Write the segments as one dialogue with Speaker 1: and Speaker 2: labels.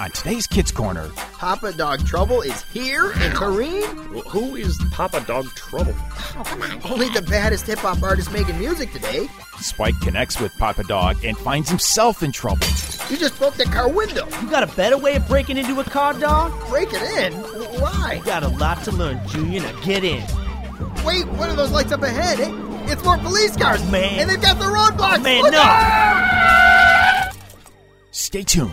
Speaker 1: On today's Kids Corner,
Speaker 2: Papa Dog Trouble is here in Kareem?
Speaker 3: Wh- Who is Papa Dog Trouble?
Speaker 2: Only the baddest hip hop artist making music today.
Speaker 1: Spike connects with Papa Dog and finds himself in trouble.
Speaker 2: You just broke the car window.
Speaker 4: You got a better way of breaking into a car, dog?
Speaker 2: Break it in? W- Why?
Speaker 4: Got a lot to learn, Junior. Now get in.
Speaker 2: Wait, one of those lights up ahead. It, it's more police cars.
Speaker 4: Oh, man. Oh,
Speaker 2: And they've got the roadblocks.
Speaker 4: Man,
Speaker 2: Look
Speaker 4: no.
Speaker 2: out!
Speaker 1: Stay tuned.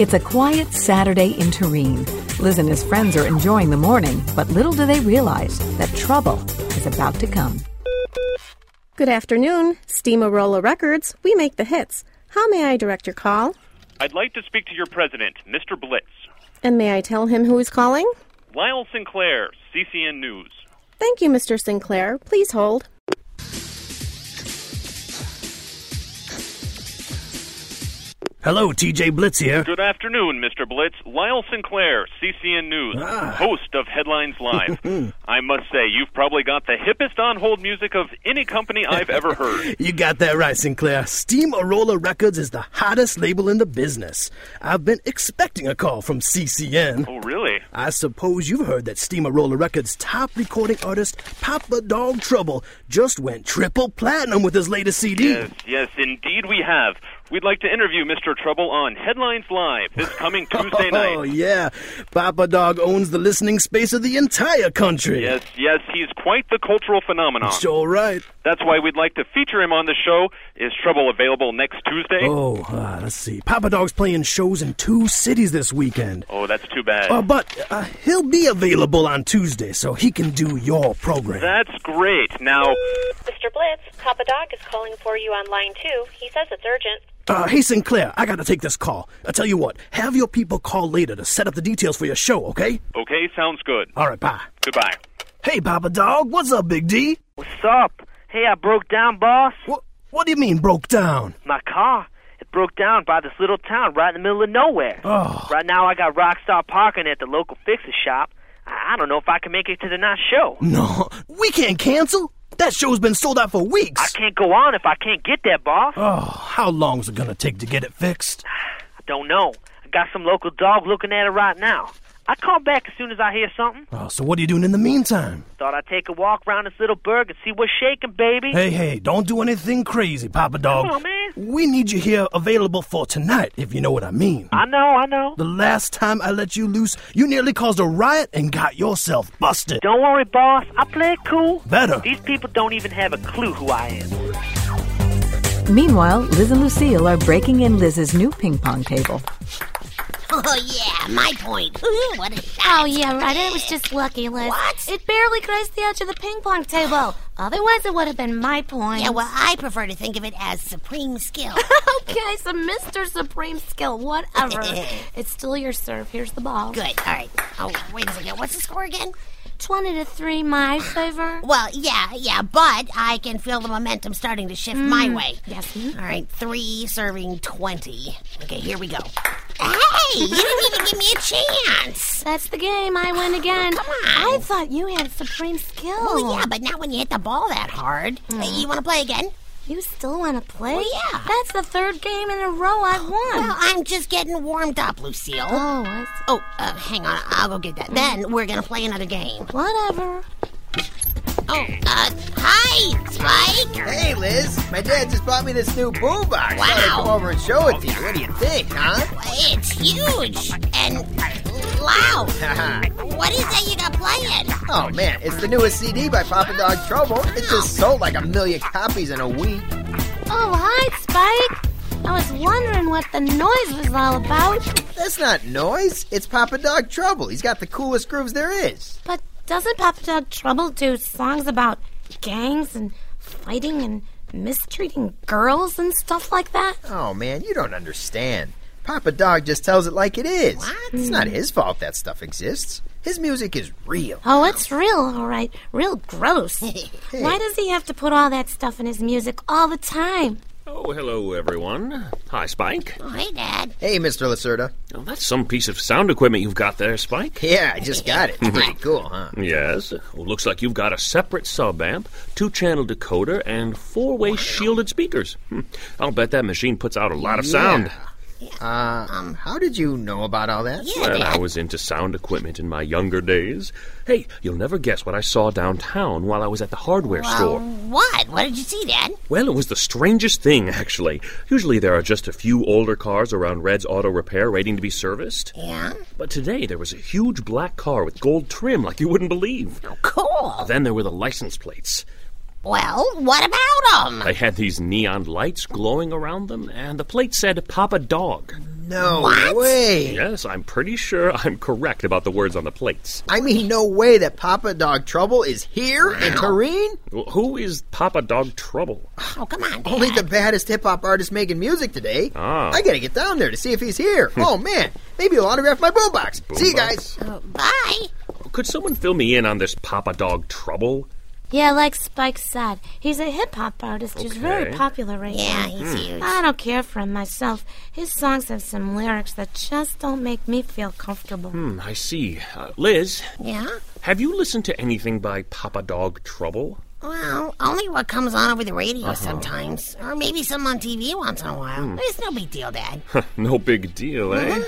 Speaker 5: It's a quiet Saturday in Turin. Liz and his friends are enjoying the morning, but little do they realize that trouble is about to come.
Speaker 6: Good afternoon, Steamarola Records. We make the hits. How may I direct your call?
Speaker 7: I'd like to speak to your president, Mr. Blitz.
Speaker 6: And may I tell him who is calling?
Speaker 7: Lyle Sinclair, CCN News.
Speaker 6: Thank you, Mr. Sinclair. Please hold.
Speaker 8: Hello, TJ Blitz here.
Speaker 7: Good afternoon, Mr. Blitz. Lyle Sinclair, CCN News,
Speaker 8: Ah.
Speaker 7: host of Headlines
Speaker 8: Hmm.
Speaker 7: Live. I must say, you've probably got the hippest on hold music of any company I've ever heard.
Speaker 8: You got that right, Sinclair. Steamarola Records is the hottest label in the business. I've been expecting a call from CCN.
Speaker 7: Oh, really?
Speaker 8: I suppose you've heard that Steamarola Records' top recording artist, Papa Dog Trouble, just went triple platinum with his latest CD.
Speaker 7: Yes, yes, indeed we have. We'd like to interview Mr. Trouble on Headlines Live this coming Tuesday
Speaker 8: Oh,
Speaker 7: night.
Speaker 8: yeah. Papa Dog owns the listening space of the entire country.
Speaker 7: Yes, yes, he's quite the cultural phenomenon.
Speaker 8: Sure, right.
Speaker 7: That's why we'd like to feature him on the show. Is Trouble available next Tuesday?
Speaker 8: Oh, uh, let's see. Papa Dog's playing shows in two cities this weekend.
Speaker 7: Oh, that's too bad.
Speaker 8: Uh, but uh, he'll be available on Tuesday, so he can do your program.
Speaker 7: That's great. Now,
Speaker 6: Mr. Blitz, Papa Dog is calling for you on line two. He says it's urgent.
Speaker 8: Uh, hey, Sinclair, I gotta take this call. I tell you what, have your people call later to set up the details for your show, okay?
Speaker 7: okay, sounds good.
Speaker 8: All right, bye.
Speaker 7: Goodbye.
Speaker 8: Hey, Papa Dog, what's up, Big D?
Speaker 9: What's up? Hey, I broke down, boss.
Speaker 8: What? What do you mean broke down?
Speaker 9: My car. It broke down by this little town right in the middle of nowhere.
Speaker 8: Oh.
Speaker 9: Right now, I got Rockstar parking at the local fixer shop. I I don't know if I can make it to the night show.
Speaker 8: No, we can't cancel. That show's been sold out for
Speaker 9: I
Speaker 8: weeks.
Speaker 9: can't go on if I can't get there, boss.
Speaker 8: Oh, how long's it gonna take to get it fixed?
Speaker 9: I don't know. I got some local dog looking at it right now. I call back as soon as I hear something.
Speaker 8: Oh, so what are you doing in the meantime?
Speaker 9: Thought I'd take a walk around this little burg and see what's shaking, baby.
Speaker 8: Hey, hey, don't do anything crazy, Papa Dog.
Speaker 9: Come on, man.
Speaker 8: We need you here available for tonight, if you know what I mean.
Speaker 9: I know, I know.
Speaker 8: The last time I let you loose, you nearly caused a riot and got yourself busted.
Speaker 9: Don't worry, boss. I play it cool.
Speaker 8: Better.
Speaker 9: These people don't even have a clue who I am.
Speaker 5: Meanwhile, Liz and Lucille are breaking in Liz's new ping pong table.
Speaker 10: Oh, yeah, my point. what a
Speaker 11: Oh, yeah, right. It was just lucky, Liz.
Speaker 10: What?
Speaker 11: It barely grazed the edge of the ping pong table. Otherwise, it would have been my point.
Speaker 10: Yeah, well, I prefer to think of it as supreme skill.
Speaker 11: okay, so Mr. Supreme Skill, whatever. it's still your serve. Here's the ball.
Speaker 10: Good, all right. Oh, wait a second. What's the score again?
Speaker 11: 20 to 3, my favor.
Speaker 10: Well, yeah, yeah, but I can feel the momentum starting to shift my way. Yes. All right, three serving 20. Okay, here we go. Hey, you didn't even give me a chance.
Speaker 11: That's the game. I win again.
Speaker 10: Come on.
Speaker 11: I thought you had Supreme Skill.
Speaker 10: Well, yeah, but not when you hit the ball that hard. Uh, you want to play again?
Speaker 11: You still want to play?
Speaker 10: Well, yeah.
Speaker 11: That's the third game in a row I've won.
Speaker 10: Well, I'm just getting warmed up, Lucille.
Speaker 11: oh, I see.
Speaker 10: Oh, uh, hang on. I'll go get that. Then we're going to play another game.
Speaker 11: Whatever.
Speaker 10: Oh, uh, hi, Spike.
Speaker 2: Hey, Liz. My dad just bought me this new boombox. Wow. I thought I'd
Speaker 10: Wow.
Speaker 2: come over and show it to you. What do you think, huh?
Speaker 10: It's huge and loud. what is that you got playing?
Speaker 2: Oh, man. It's the newest CD by Papa Dog Trouble. It just sold like a million copies in a week.
Speaker 11: Oh, hi, Spike. I was wondering what the noise was all about.
Speaker 2: That's not noise. It's Papa Dog Trouble. He's got the coolest grooves there is.
Speaker 11: But doesn't Papa Dog Trouble do songs about gangs and fighting and mistreating girls and stuff like that?
Speaker 2: Oh, man, you don't understand. Papa Dog just tells it like it is. It's
Speaker 11: Hmm.
Speaker 2: not his fault that stuff exists. His music is real.
Speaker 11: Oh, it's real, all right. Real gross. Why does he have to put all that stuff in his music all the time?
Speaker 3: Oh, hello, everyone. Hi, Spike.
Speaker 10: Oh, hey, Dad.
Speaker 2: Hey, Mr. Lacerda.
Speaker 3: Oh, that's some piece of sound equipment you've got there, Spike.
Speaker 2: Yeah, I just got it. It's pretty cool, huh?
Speaker 3: Yes. Well, looks like you've got a separate sub amp, two channel decoder, and four way shielded speakers. Hmm. I'll bet that machine puts out a lot of sound.
Speaker 2: Uh, um, how did you know about all that?
Speaker 3: Well, I was into sound equipment in my younger days. Hey, you'll never guess what I saw downtown while I was at the hardware
Speaker 10: Well,
Speaker 3: store.
Speaker 10: Uh, what? What did you see, Dad?
Speaker 3: Well, it was the strangest thing, actually. Usually there are just a few older cars around Red's Auto Repair waiting to be serviced.
Speaker 10: Yeah?
Speaker 3: But today there was a huge black car with gold trim like you wouldn't believe.
Speaker 10: Oh, Cool.
Speaker 3: Then there were the license plates.
Speaker 10: Well, what about them?
Speaker 3: They had these neon lights glowing around them, and the plate said Papa Dog.
Speaker 2: No way.
Speaker 3: Yes, I'm pretty sure I'm correct about the words on the plates.
Speaker 2: I mean, no way that Papa Dog Trouble is here in Turin?
Speaker 3: Wh- Who is Papa Dog Trouble?
Speaker 10: Oh, come on, Dad.
Speaker 2: Only the baddest hip hop artist making music today.
Speaker 3: Ah.
Speaker 2: I gotta get down there to see if he's here. oh, man. Maybe he'll autograph my boombox. see you
Speaker 3: Boombox?
Speaker 2: guys.
Speaker 10: Bye.
Speaker 3: Could someone fill me in on this Papa Dog Trouble?
Speaker 11: Yeah, like Spike said, he's a hip hop artist who's very
Speaker 3: Okay.
Speaker 11: popular right
Speaker 10: Yeah,
Speaker 11: now.
Speaker 10: he's huge.
Speaker 11: I don't care for him myself. His songs have some lyrics that just don't make me feel comfortable.
Speaker 3: Hmm, I see. Uh, Liz,
Speaker 10: Yeah?
Speaker 3: have you listened to anything by Papa Dog Trouble?
Speaker 10: Well, only what comes on over the radio sometimes, or maybe some on TV once in a while. It's no big deal, Dad.
Speaker 3: no big deal, eh?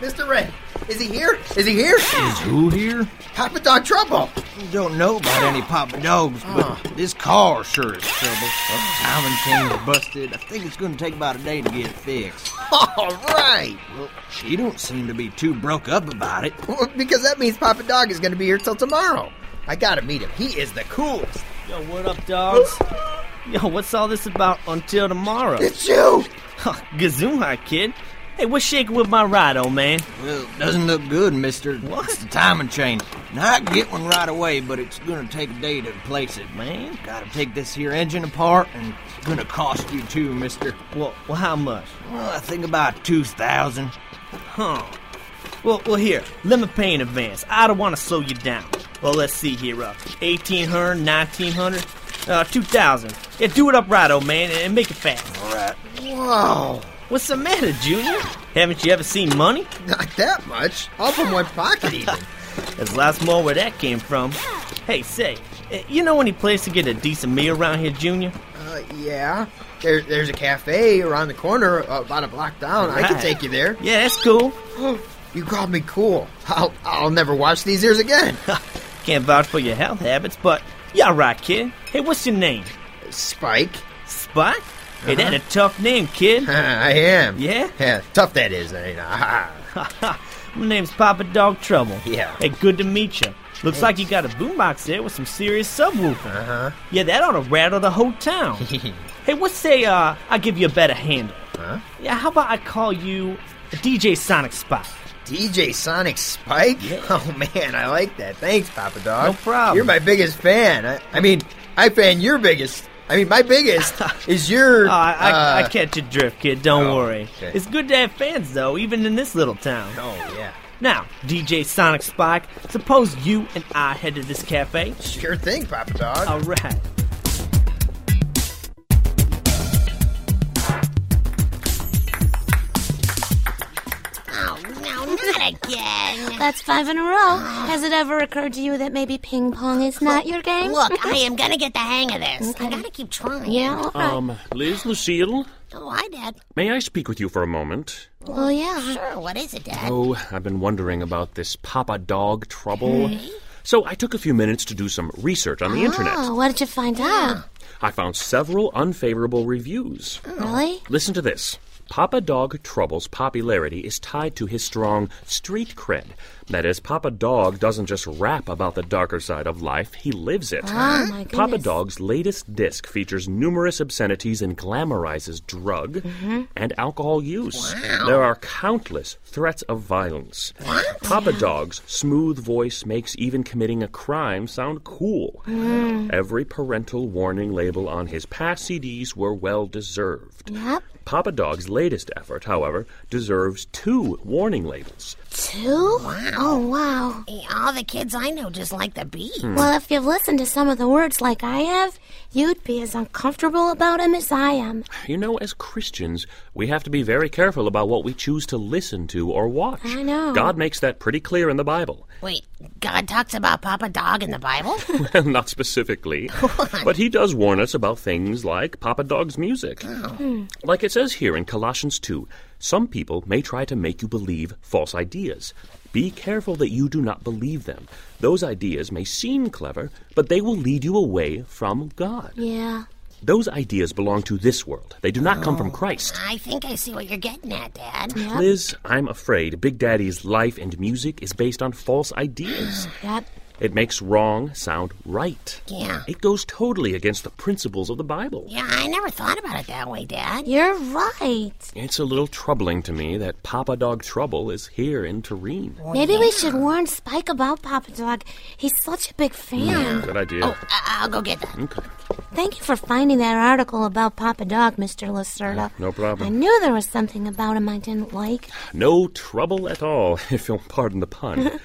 Speaker 2: Mr. Ray, is he here? Is he here?
Speaker 12: Who here?
Speaker 2: Papa Dog Trouble.
Speaker 12: Don't know about any Papa Dogs,
Speaker 2: Ah.
Speaker 12: but this car sure is trouble. Timing chain's busted. I think it's going to take about a day to get it fixed.
Speaker 2: All right.
Speaker 12: Well, she don't seem to be too broke up about it.
Speaker 2: because that means Papa Dog is gonna be here till tomorrow. I gotta meet him. He is the coolest.
Speaker 8: Yo, what up, dogs? Yo, what's all this about until tomorrow?
Speaker 2: It's you.
Speaker 8: Huh, Gazoom high, kid. Hey, what's shaking with my ride, old man?
Speaker 12: Well, doesn't look good, mister. It's the timing chain. Now, I get one right away, but it's going to take a day to replace it, man. Got to take this here engine apart, and it's going to cost you too, mister.
Speaker 8: Well, well how much?
Speaker 12: Well, I think about 2000
Speaker 8: Huh. Well, well, here, let me pay in advance. I don't want to slow you down. Well, let's see here. Uh, 1800, 1900, uh, 2000. Yeah, do it up right, old man, and make it fast.
Speaker 12: All right.
Speaker 2: Whoa.
Speaker 8: What's the matter, Junior? Haven't you ever seen money?
Speaker 2: Not that much. All from one pocket, even.
Speaker 8: There's lots more where that came from. Hey, say, uh, you know any place to get a decent meal around here, Junior?
Speaker 2: uh, yeah. There, there's a cafe around the corner, uh, about a block down. I can
Speaker 8: Right.
Speaker 2: take you there.
Speaker 8: Yeah, that's cool.
Speaker 2: You called me cool. I'll, I'll never watch these ears again.
Speaker 8: Can't vouch for your health habits, but y'all right, kid. Hey, what's your name?
Speaker 2: Spike.
Speaker 8: Spot? Hey, that
Speaker 2: Uh-huh.
Speaker 8: a tough name, kid.
Speaker 2: I am.
Speaker 8: Yeah?
Speaker 2: Yeah, tough that is. I mean, ah,
Speaker 8: My name's Papa Dog Trouble.
Speaker 2: Yeah.
Speaker 8: Hey, good to meet you. Looks like you got a boombox there with some serious subwoofing.
Speaker 2: Uh-huh.
Speaker 8: Yeah, that ought to rattle the whole town. hey, what say uh, I give you a better handle?
Speaker 2: Huh?
Speaker 8: Yeah, how about I call you DJ Sonic Spot?
Speaker 2: DJ Sonic Spike? Oh, man, I like that. Thanks, Papa Dog.
Speaker 8: No problem.
Speaker 2: You're my biggest fan. I, I mean, I fan your biggest. I mean, my biggest is your.
Speaker 8: Uh, I, I,
Speaker 2: uh,
Speaker 8: I catch your drift, kid. Don't
Speaker 2: oh,
Speaker 8: worry.
Speaker 2: okay.
Speaker 8: It's good to have fans, though, even in this little town.
Speaker 2: Oh, yeah.
Speaker 8: Now, DJ Sonic Spike, suppose you and I head to this cafe.
Speaker 2: Sure thing, Papa Dog.
Speaker 8: All right.
Speaker 10: Oh, no, not again.
Speaker 11: That's five in a row. Has it ever occurred to you that maybe ping pong is not your game?
Speaker 10: Look, I am gonna get the hang of this. I gotta keep trying.
Speaker 11: Yeah, all right.
Speaker 3: Um, Liz, Lucille,
Speaker 10: Oh, hi, Dad.
Speaker 3: may I speak with you for a moment?
Speaker 11: well, yeah.
Speaker 10: Sure, what is it, Dad?
Speaker 3: Oh, I've been wondering about this Papa Dog Trouble. So I took a few minutes to do some research on the
Speaker 11: Oh,
Speaker 3: internet.
Speaker 11: what did you find out?
Speaker 3: I found several unfavorable reviews.
Speaker 11: Really?
Speaker 3: Listen to this. Papa Dog Trouble's popularity is tied to his strong street cred. That is, Papa Dog doesn't just rap about the darker side of life, he lives it.
Speaker 11: Ah, my
Speaker 3: Papa
Speaker 11: goodness.
Speaker 3: Dog's latest disc features numerous obscenities and glamorizes drug
Speaker 11: Mm-hmm.
Speaker 3: and alcohol use. There are countless threats of violence. Papa Dog's smooth voice makes even committing a crime sound cool.
Speaker 11: Mm.
Speaker 3: Every parental warning label on his past CDs were well deserved.
Speaker 11: Yep.
Speaker 3: Papa Dog's latest effort, however, deserves two warning labels.
Speaker 11: Two? Oh, wow.
Speaker 10: All the kids I know just like the beat.
Speaker 3: Hmm.
Speaker 11: Well, if you've listened to some of the words like I have, you'd be as uncomfortable about him as I am.
Speaker 3: You know, as Christians, we have to be very careful about what we choose to listen to or watch.
Speaker 10: I know.
Speaker 3: God makes that pretty clear in the Bible.
Speaker 10: Wait, God talks about Papa Dog in the Bible?
Speaker 3: Well, not specifically, but he does warn us about things like Papa Dog's music.
Speaker 10: Oh.
Speaker 3: Hmm. Like it says here in Colossians 2, some people may try to make you believe false ideas. Be careful that you do not believe them. Those ideas may seem clever, but they will lead you away from God.
Speaker 11: Yeah.
Speaker 3: Those ideas belong to this world. They do not come
Speaker 10: Oh.
Speaker 3: from Christ.
Speaker 10: I think I see what you're getting at, Dad.
Speaker 3: Liz, I'm afraid Big Daddy's life and music is based on false ideas.
Speaker 11: Yep.
Speaker 3: It makes wrong sound right.
Speaker 10: Yeah.
Speaker 3: It goes totally against the principles of the Bible.
Speaker 10: Yeah, I never thought about it that way, Dad.
Speaker 11: You're right.
Speaker 3: It's a little troubling to me that Papa Dog Trouble is here in Turin.
Speaker 11: Maybe we should warn Spike about Papa Dog. He's such a big fan.
Speaker 3: Good idea.
Speaker 10: Oh,
Speaker 3: Mm,
Speaker 11: I'll go get that.
Speaker 3: Okay.
Speaker 11: Thank you for finding that article about Papa Dog, Mr. Lacerda.
Speaker 3: No
Speaker 11: I
Speaker 3: problem.
Speaker 11: knew there was something about him I didn't like.
Speaker 3: No trouble at all, if you'll pardon the pun.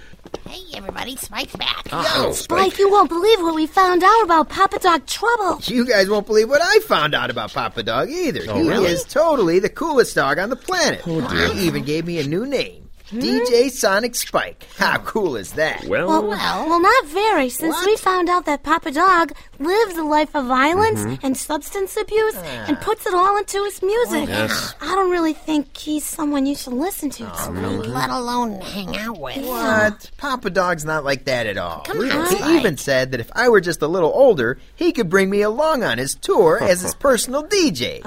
Speaker 10: Hey, everybody, Spike's back.
Speaker 3: Ah, hello,
Speaker 11: Spike, you won't believe what we found out about Papa Dog Trouble.
Speaker 2: You guys won't believe what I found out about Papa Dog either.
Speaker 3: Oh,
Speaker 2: he
Speaker 3: really?
Speaker 2: is totally the coolest dog on the planet.
Speaker 3: Oh, dear.
Speaker 2: He even gave me a new name. DJ Sonic Spike. How cool is that?
Speaker 11: Well, well, not very, since we found out that Papa Dog lives a life of violence
Speaker 2: Mhm.
Speaker 11: and substance abuse and puts it all into his music.
Speaker 10: Yes.
Speaker 11: I don't really think he's someone you should listen to.
Speaker 10: really? Let alone hang out with.
Speaker 2: What? Papa Dog's not like that at all.
Speaker 10: Come on,
Speaker 2: he
Speaker 10: Spike.
Speaker 2: even said that if I were just a little older, he could bring me along on his tour as his personal DJ.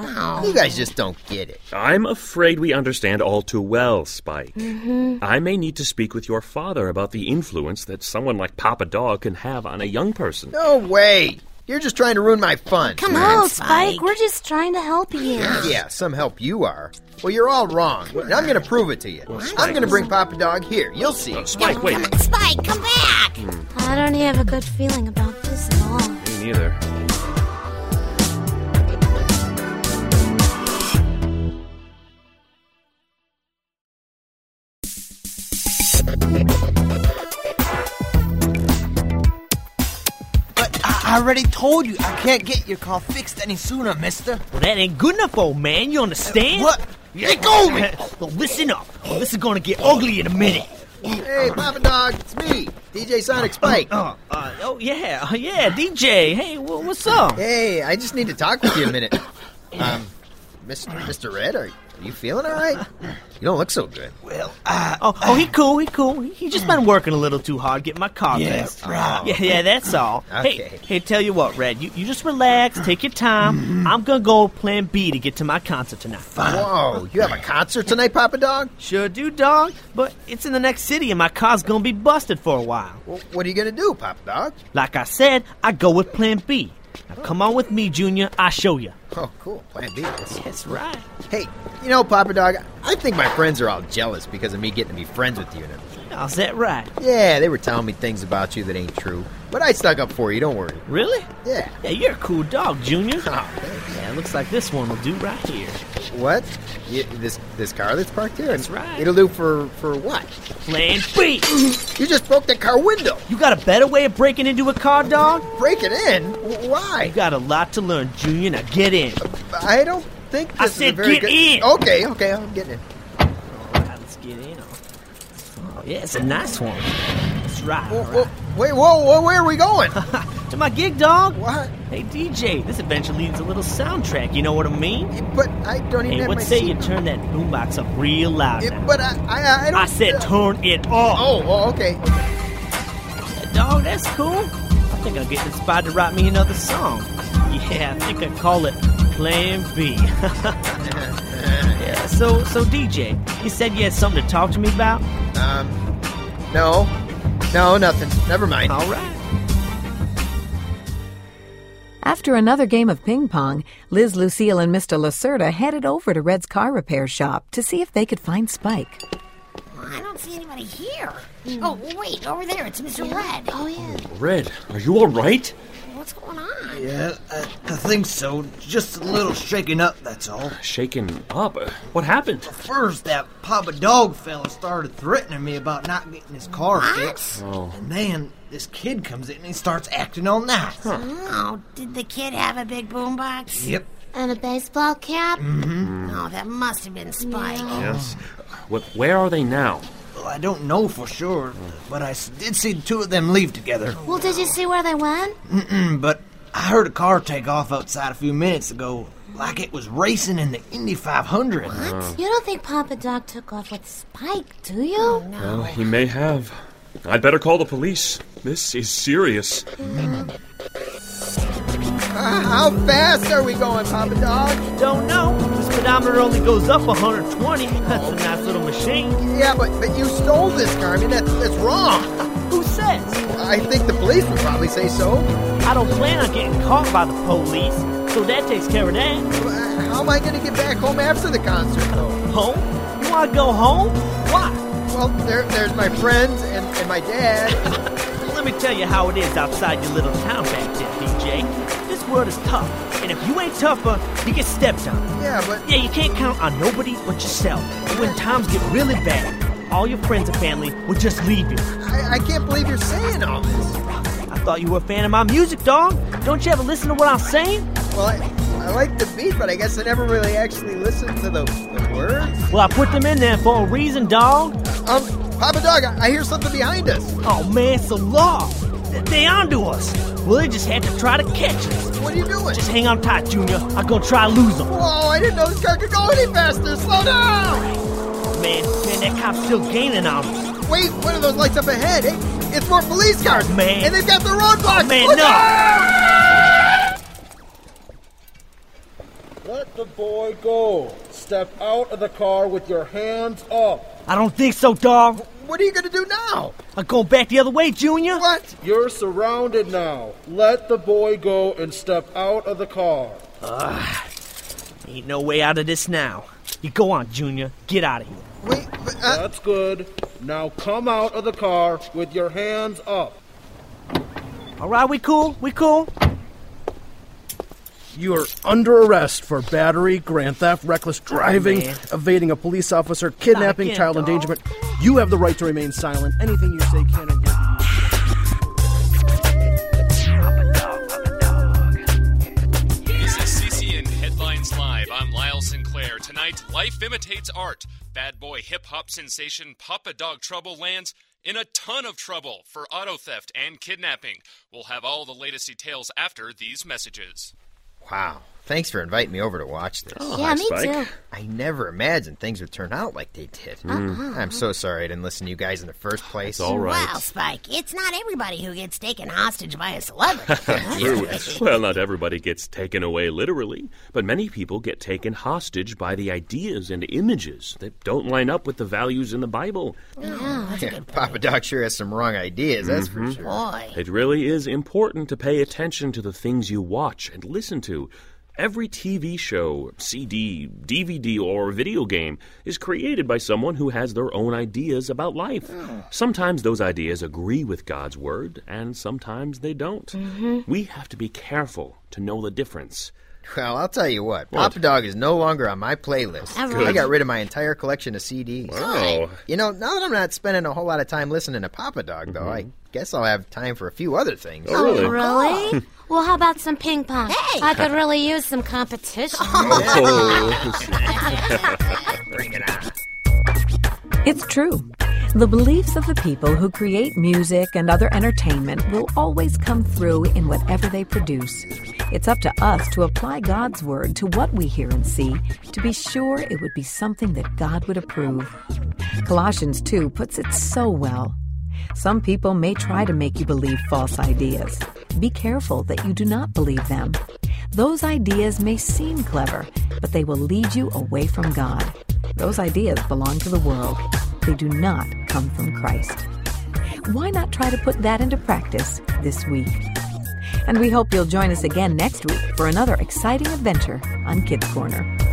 Speaker 2: You guys just don't get it.
Speaker 3: I'm afraid we understand all too well, Spike.
Speaker 2: Mhm.
Speaker 3: I may need to speak with your father about the influence that someone like Papa Dog can have on a young person.
Speaker 2: No way. You're just trying to ruin my fun.
Speaker 11: Come on, Spike. We're just trying to help you.
Speaker 2: Yeah, some help you are. Well, you're all wrong. And I'm going to prove it to you. I'm going to bring Papa Dog here. You'll see.
Speaker 3: Spike, wait. Come on,
Speaker 10: Spike, come back.
Speaker 11: I don't have a good feeling about this at all.
Speaker 3: Me neither.
Speaker 12: I already told you I can't get your car fixed any sooner, mister.
Speaker 8: Well, that ain't good enough, old man. You understand?
Speaker 12: What? Let go of me!
Speaker 8: well, listen up. This is gonna get ugly in a minute.
Speaker 2: Hey, Papa Dog, it's me, DJ Sonic Spike.
Speaker 8: Uh, uh, oh yeah, uh, yeah, DJ. Hey, wha- what's up?
Speaker 2: Hey, I just need to talk with you a minute. Um, Mr. Mr. Red, are, are you feeling all right? You don't look so good.
Speaker 8: Well, uh, oh, oh, he cool, he cool. He- He just been working a little too hard getting my car
Speaker 2: Yeah,
Speaker 8: fixed.
Speaker 2: right.
Speaker 8: Yeah, yeah, that's all.
Speaker 2: Okay.
Speaker 8: Hey, hey, tell you what, Red, you, you just relax, take your time. I'm gonna go Plan B to get to my concert tonight.
Speaker 2: Whoa, you have a concert tonight, Papa Dog?
Speaker 8: Sure do, dog. But it's in the next city, and my car's gonna be busted for a while.
Speaker 2: Well, what are you gonna do, Papa Dog?
Speaker 8: Like I said, I go with Plan B. Now come on with me, Junior. I show you.
Speaker 2: Oh, cool. Plan B. That's
Speaker 8: right.
Speaker 2: Hey, you know, Papa Dog, I think my friends are all jealous because of me getting to be friends with you and everything.
Speaker 8: How's that right?
Speaker 2: Yeah, they were telling me things about you that ain't true. But I stuck up for you, don't worry.
Speaker 8: Really?
Speaker 2: Yeah.
Speaker 8: Yeah, you're a cool dog, Junior. yeah, it looks like this one will do right here.
Speaker 2: What? You, this this car that's parked here? That's
Speaker 8: right.
Speaker 2: It'll do for for what?
Speaker 8: Plan B.
Speaker 2: You just broke the car window.
Speaker 8: You got a better way of breaking into a car, dog?
Speaker 2: Breaking in? W- Why?
Speaker 8: You got a lot to learn, Junior. Now get in.
Speaker 2: I don't think this
Speaker 8: I
Speaker 2: is a
Speaker 8: said
Speaker 2: very
Speaker 8: get
Speaker 2: good-
Speaker 8: in.
Speaker 2: Okay, okay, I'm getting in.
Speaker 8: Let's get in. Oh, yeah, it's a nice one. That's right.
Speaker 12: Oh,
Speaker 8: all right.
Speaker 2: Wait, whoa, whoa, where are we going?
Speaker 8: to my gig, dog.
Speaker 2: What?
Speaker 8: Hey, DJ, this adventure needs a little soundtrack. You know what I mean?
Speaker 2: But I don't even
Speaker 8: Hey,
Speaker 2: have
Speaker 8: what
Speaker 2: my
Speaker 8: say you
Speaker 2: seat-
Speaker 8: turn that boombox up real loud?
Speaker 2: Yeah,
Speaker 8: now?
Speaker 2: but I, I, I don't. uh,
Speaker 8: I said turn it off.
Speaker 2: Oh, oh, okay.
Speaker 8: Dog, that's cool. I think I'll get inspired to write me another song. Yeah, I think I call it Plan B. Yeah, so so DJ, you said you had something to talk to me about?
Speaker 2: Um, no. No, nothing. Never mind.
Speaker 12: Oh,
Speaker 2: All
Speaker 8: right.
Speaker 5: After another game of ping pong, Liz, Lucille, and Mr. Lacerda headed over to Red's car repair shop to see if they could find Spike.
Speaker 10: I don't see anybody here. Oh, wait, over there. It's Mr. Red. Oh, yeah.
Speaker 3: Red, are you all right?
Speaker 10: What's going on?
Speaker 12: Yeah, I, I think so. Just a little shaken up, that's all.
Speaker 3: Shaken up? Uh, What happened?
Speaker 12: First, that Papa Dog fella started threatening me about not getting his car fixed.
Speaker 3: Oh.
Speaker 12: And then this kid comes in and he starts acting all nice.
Speaker 10: Oh, did the kid have a big boombox?
Speaker 12: Yep.
Speaker 10: And a baseball cap?
Speaker 12: Mm-hmm.
Speaker 10: Oh, that must have been Spike.
Speaker 3: Yes. What, where are they now?
Speaker 12: Well, I don't know for sure, but I s- did see the two of them leave together.
Speaker 11: Well, did you see where they went?
Speaker 12: Mm-mm, but I heard a car take off outside a few minutes ago, like it was racing in the Indy 500.
Speaker 11: You don't think Papa Dog took off with Spike, do you?
Speaker 3: Well, he may have. I'd better call the police. This is serious.
Speaker 2: Uh, how fast are we going, Papa Dog?
Speaker 8: Don't know. The speedometer only goes up 120. That's a nice little machine.
Speaker 2: Yeah, but but you stole this car. I mean, that's that's wrong.
Speaker 8: Who says?
Speaker 2: I think the police would probably say so.
Speaker 8: I don't plan on getting caught by the police, so that takes care of that.
Speaker 2: How am I going to get back home after the concert, though?
Speaker 8: Home? You want to go home? Why?
Speaker 2: Well, there, there's my friends and, and my dad.
Speaker 8: Let me tell you how it is outside your little town back there, DJ. This world is tough, and if you ain't tougher, you get stepped on.
Speaker 2: Yeah, but.
Speaker 8: Yeah, you can't count on nobody but yourself. And when times get really bad, all your friends and family will just leave you.
Speaker 2: I, I can't believe you're saying all this.
Speaker 8: I thought you were a fan of my music, dog. Don't you ever listen to what I'm saying?
Speaker 2: Well, I, I like the beat, but I guess I never really actually listened to the, the words.
Speaker 8: Well, I put them in there for a reason, dog.
Speaker 2: Um, Papa Dog, I, I hear something behind us.
Speaker 8: Oh man, it's the law. They- They onto us. Well, they just had to try to catch us.
Speaker 2: What are you doing?
Speaker 8: Just hang on tight, Junior. I'm gonna try to lose them.
Speaker 2: Whoa, I didn't know this car could go any faster. Slow down!
Speaker 8: Man, man, that cop's still gaining on us.
Speaker 2: Wait, one of those lights up ahead. Hey, it's more police cars.
Speaker 8: Man. Oh,
Speaker 2: And they've got the roadblocks.
Speaker 8: Man,
Speaker 2: Look
Speaker 8: no.
Speaker 2: out!
Speaker 13: Let the boy go. Step out of the car with your hands up.
Speaker 8: I don't think so, dog.
Speaker 2: What are you going to do now?
Speaker 8: I'm going back the other way, Junior.
Speaker 2: What?
Speaker 13: You're surrounded now. Let the boy go and step out of the car.
Speaker 8: Ain't no way out of this now. You go on, Junior. Get out of here.
Speaker 2: Wait, but, uh,
Speaker 13: That's good. Now come out of the car with your hands up.
Speaker 8: All right, we cool? We cool?
Speaker 14: You're under arrest for battery, grand theft, reckless driving,
Speaker 8: man.
Speaker 14: evading a police officer, kidnapping,
Speaker 8: again,
Speaker 14: child
Speaker 8: dog.
Speaker 14: endangerment. You have the right to remain silent. Anything you say can and will be
Speaker 15: This is CCN Headlines Live. I'm Lyle Sinclair. Tonight, life imitates art. Bad boy hip hop sensation Papa Dog Trouble lands in a ton of trouble for auto theft and kidnapping. We'll have all the latest details after these messages.
Speaker 2: Wow. Thanks for inviting me over to watch this.
Speaker 8: Oh.
Speaker 11: yeah, me too.
Speaker 2: I never imagined things would turn out like they did.
Speaker 8: Mm.
Speaker 2: I'm so sorry I didn't listen to you guys in the first place.
Speaker 3: all right.
Speaker 11: Oh,
Speaker 10: Well, Spike, it's not everybody who gets taken hostage by a celebrity.
Speaker 3: True. well, not everybody gets taken away literally, but many people get taken hostage by the ideas and images that don't line up with the values in the Bible.
Speaker 2: Yeah, Papa Doc sure has some wrong ideas, that's
Speaker 8: Mm-hmm.
Speaker 2: for sure.
Speaker 10: Boy.
Speaker 3: It really is important to pay attention to the things you watch and listen to. Every TV show, CD, DVD, or video game is created by someone who has their own ideas about life. Sometimes those ideas agree with God's Word, and sometimes they don't. We have to be careful to know the difference.
Speaker 2: Well, I'll tell you what, Papa Dog is no longer on my playlist.
Speaker 10: All
Speaker 2: I
Speaker 10: right.
Speaker 2: got rid of my entire collection of CDs.
Speaker 3: Wow.
Speaker 2: You know, now that I'm not spending a whole lot of time listening to Papa Dog, though, I guess I'll have time for a few other things.
Speaker 3: Mm-hmm. Oh, really?
Speaker 11: Really? well, how about some ping pong? I could really use some competition.
Speaker 3: Oh.
Speaker 5: It's true. The beliefs of the people who create music and other entertainment will always come through in whatever they produce. It's up to us to apply God's word to what we hear and see to be sure it would be something that God would approve. Colossians 2 puts it so well. Some people may try to make you believe false ideas. Be careful that you do not believe them. Those ideas may seem clever, but they will lead you away from God. Those ideas belong to the world, they do not come from Christ. Why not try to put that into practice this week? And we hope you'll join us again next week for another exciting adventure on Kids Corner.